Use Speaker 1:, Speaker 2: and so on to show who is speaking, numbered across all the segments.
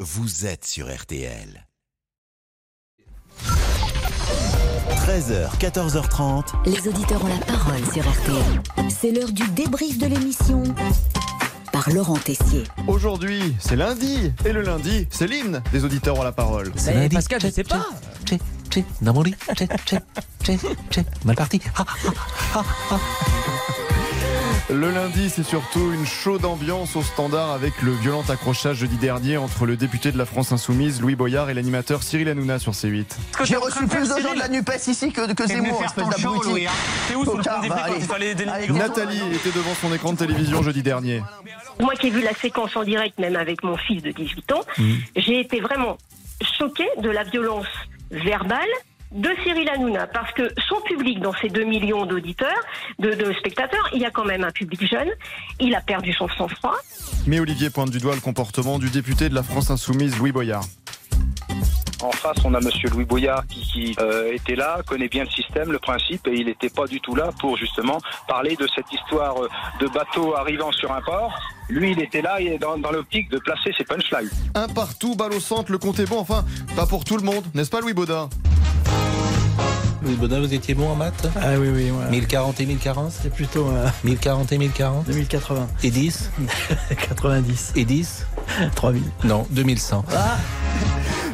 Speaker 1: vous êtes sur RTL. 13h, 14h30.
Speaker 2: Les auditeurs ont la parole sur RTL. C'est l'heure du débrief de l'émission par Laurent Tessier.
Speaker 3: Aujourd'hui, c'est lundi. Et le lundi, c'est l'hymne des auditeurs à la parole.
Speaker 4: Mais
Speaker 5: lundi.
Speaker 4: Ben, Pascal, je sais pas.
Speaker 6: Ah,
Speaker 5: Tché, tché, dans mon lit. Tché, tché, tché, tché. Mal parti. Ah, ah,
Speaker 3: Le lundi, c'est surtout une chaude ambiance au standard avec le violent accrochage jeudi dernier entre le député de la France Insoumise, Louis Boyard, et l'animateur Cyril Hanouna sur C8.
Speaker 7: J'ai reçu plus d'argent de la NUPES ici que, que
Speaker 8: Et me
Speaker 7: Zemmour,
Speaker 8: faire
Speaker 7: espèce
Speaker 8: ton show,
Speaker 7: d'abruti.
Speaker 8: Louis. hein. T'es où sur le
Speaker 7: Tocard,
Speaker 8: front des flics
Speaker 7: va,
Speaker 8: quand il
Speaker 7: allez.
Speaker 8: fallait
Speaker 7: Allez,
Speaker 8: délimiter
Speaker 7: gars.
Speaker 3: Nathalie était devant son écran de télévision jeudi dernier.
Speaker 9: Moi qui ai vu la séquence en direct, même avec mon fils de 18 ans, j'ai été vraiment choquée de la violence verbale de Cyril Hanouna, parce que son public, dans ses 2 millions d'auditeurs, de, de spectateurs, il y a quand même un public jeune, il a perdu son sang-froid.
Speaker 3: Mais Olivier pointe du doigt le comportement du député de la France Insoumise, Louis Boyard.
Speaker 10: En face, on a Monsieur Louis Boyard qui, qui, euh, était là, connaît bien le système, le principe, et il n'était pas du tout là pour justement parler de cette histoire euh, de bateau arrivant sur un port. Lui, il était là et dans, dans l'optique de placer ses punchlines.
Speaker 3: Un partout, balle au centre, le compte est bon, enfin, pas pour tout le monde, n'est-ce pas Louis Baudin
Speaker 5: Louis Baudin, vous étiez bon en maths
Speaker 4: Ah oui, oui, ouais.
Speaker 5: 1040 et 1040
Speaker 4: C'est plutôt euh,
Speaker 5: 1040 et 1040
Speaker 4: 2080,
Speaker 5: Et 10
Speaker 4: 90,
Speaker 5: Et 10
Speaker 4: 3000.
Speaker 5: Non, 2100.
Speaker 4: Ah.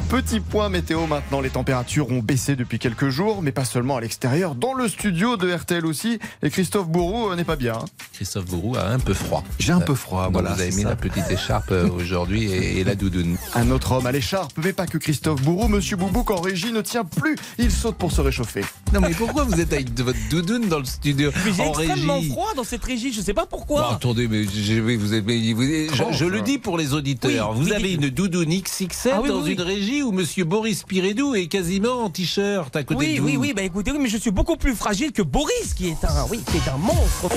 Speaker 3: Petit point météo maintenant, les températures ont baissé depuis quelques jours, mais pas seulement à l'extérieur, dans le studio de RTL aussi, et Christophe Bourreau euh, n'est pas bien. hein.
Speaker 5: Christophe Bourou a un peu froid.
Speaker 6: J'ai un peu froid,
Speaker 5: Donc
Speaker 6: voilà.
Speaker 5: vous avez
Speaker 6: c'est
Speaker 5: mis
Speaker 6: ça.
Speaker 5: la petite écharpe euh, aujourd'hui et, et la doudoune.
Speaker 3: Un autre homme à l'écharpe, mais pas que Christophe Bourreau, Monsieur Boubouk en régie ne tient plus, il saute pour se réchauffer.
Speaker 5: Non mais pourquoi vous êtes avec de- votre doudoune dans le studio
Speaker 4: Mais j'ai
Speaker 5: en
Speaker 4: extrêmement
Speaker 5: régie
Speaker 4: froid dans cette régie, je sais pas
Speaker 5: Bon,
Speaker 4: pourquoi.
Speaker 5: attendez, mais je vais vous, mais vous- je,
Speaker 3: Comment
Speaker 5: je le
Speaker 3: ça
Speaker 5: dis pour les auditeurs.
Speaker 4: Oui,
Speaker 5: vous
Speaker 4: oui,
Speaker 5: avez
Speaker 4: dites-le.
Speaker 5: une doudoune XXL
Speaker 4: Ah oui,
Speaker 5: dans
Speaker 4: oui,
Speaker 5: une
Speaker 4: oui.
Speaker 5: régie où Monsieur Boris Pirédou est quasiment en t-shirt à côté
Speaker 4: Oui,
Speaker 5: de vous.
Speaker 4: oui, oui, bah écoutez, oui, mais je suis beaucoup plus fragile que Boris, qui est un, oui, qui est un monstre.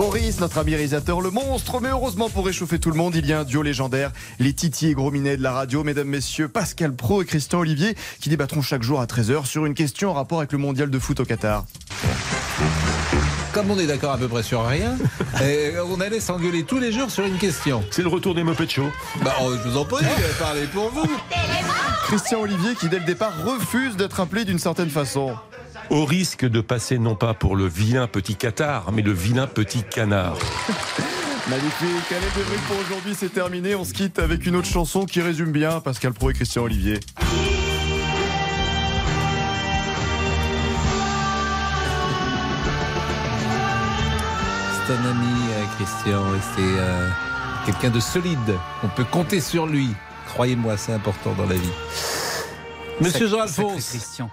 Speaker 3: Boris, notre ami réalisateur, le monstre, mais heureusement pour réchauffer tout le monde, il y a un duo légendaire, les Titi et Gros Minet de la radio, mesdames, messieurs, Pascal Pro et Christian Olivier, qui débattront chaque jour à 13h sur une question en rapport avec le mondial de foot au Qatar.
Speaker 5: Comme on est d'accord à peu près sur rien, euh, on allait s'engueuler tous les jours sur une question.
Speaker 8: C'est le retour des Muppet Show.
Speaker 5: Bah, oh, je vous en prie, euh, parlez pour vous.
Speaker 3: Christian Olivier, qui dès le départ refuse d'être appelé d'une certaine façon.
Speaker 8: Au risque de passer non pas pour le vilain petit Qatar, mais le vilain petit canard.
Speaker 3: Magnifique, allez, le bruit pour aujourd'hui, c'est terminé. On se quitte avec une autre chanson qui résume bien Pascal Pro et Christian Olivier.
Speaker 5: C'est un ami, euh, Christian, et c'est euh, quelqu'un de solide. On peut compter sur lui. Croyez-moi, c'est important dans la vie. Monsieur Jean-Alphonse,
Speaker 11: Christian.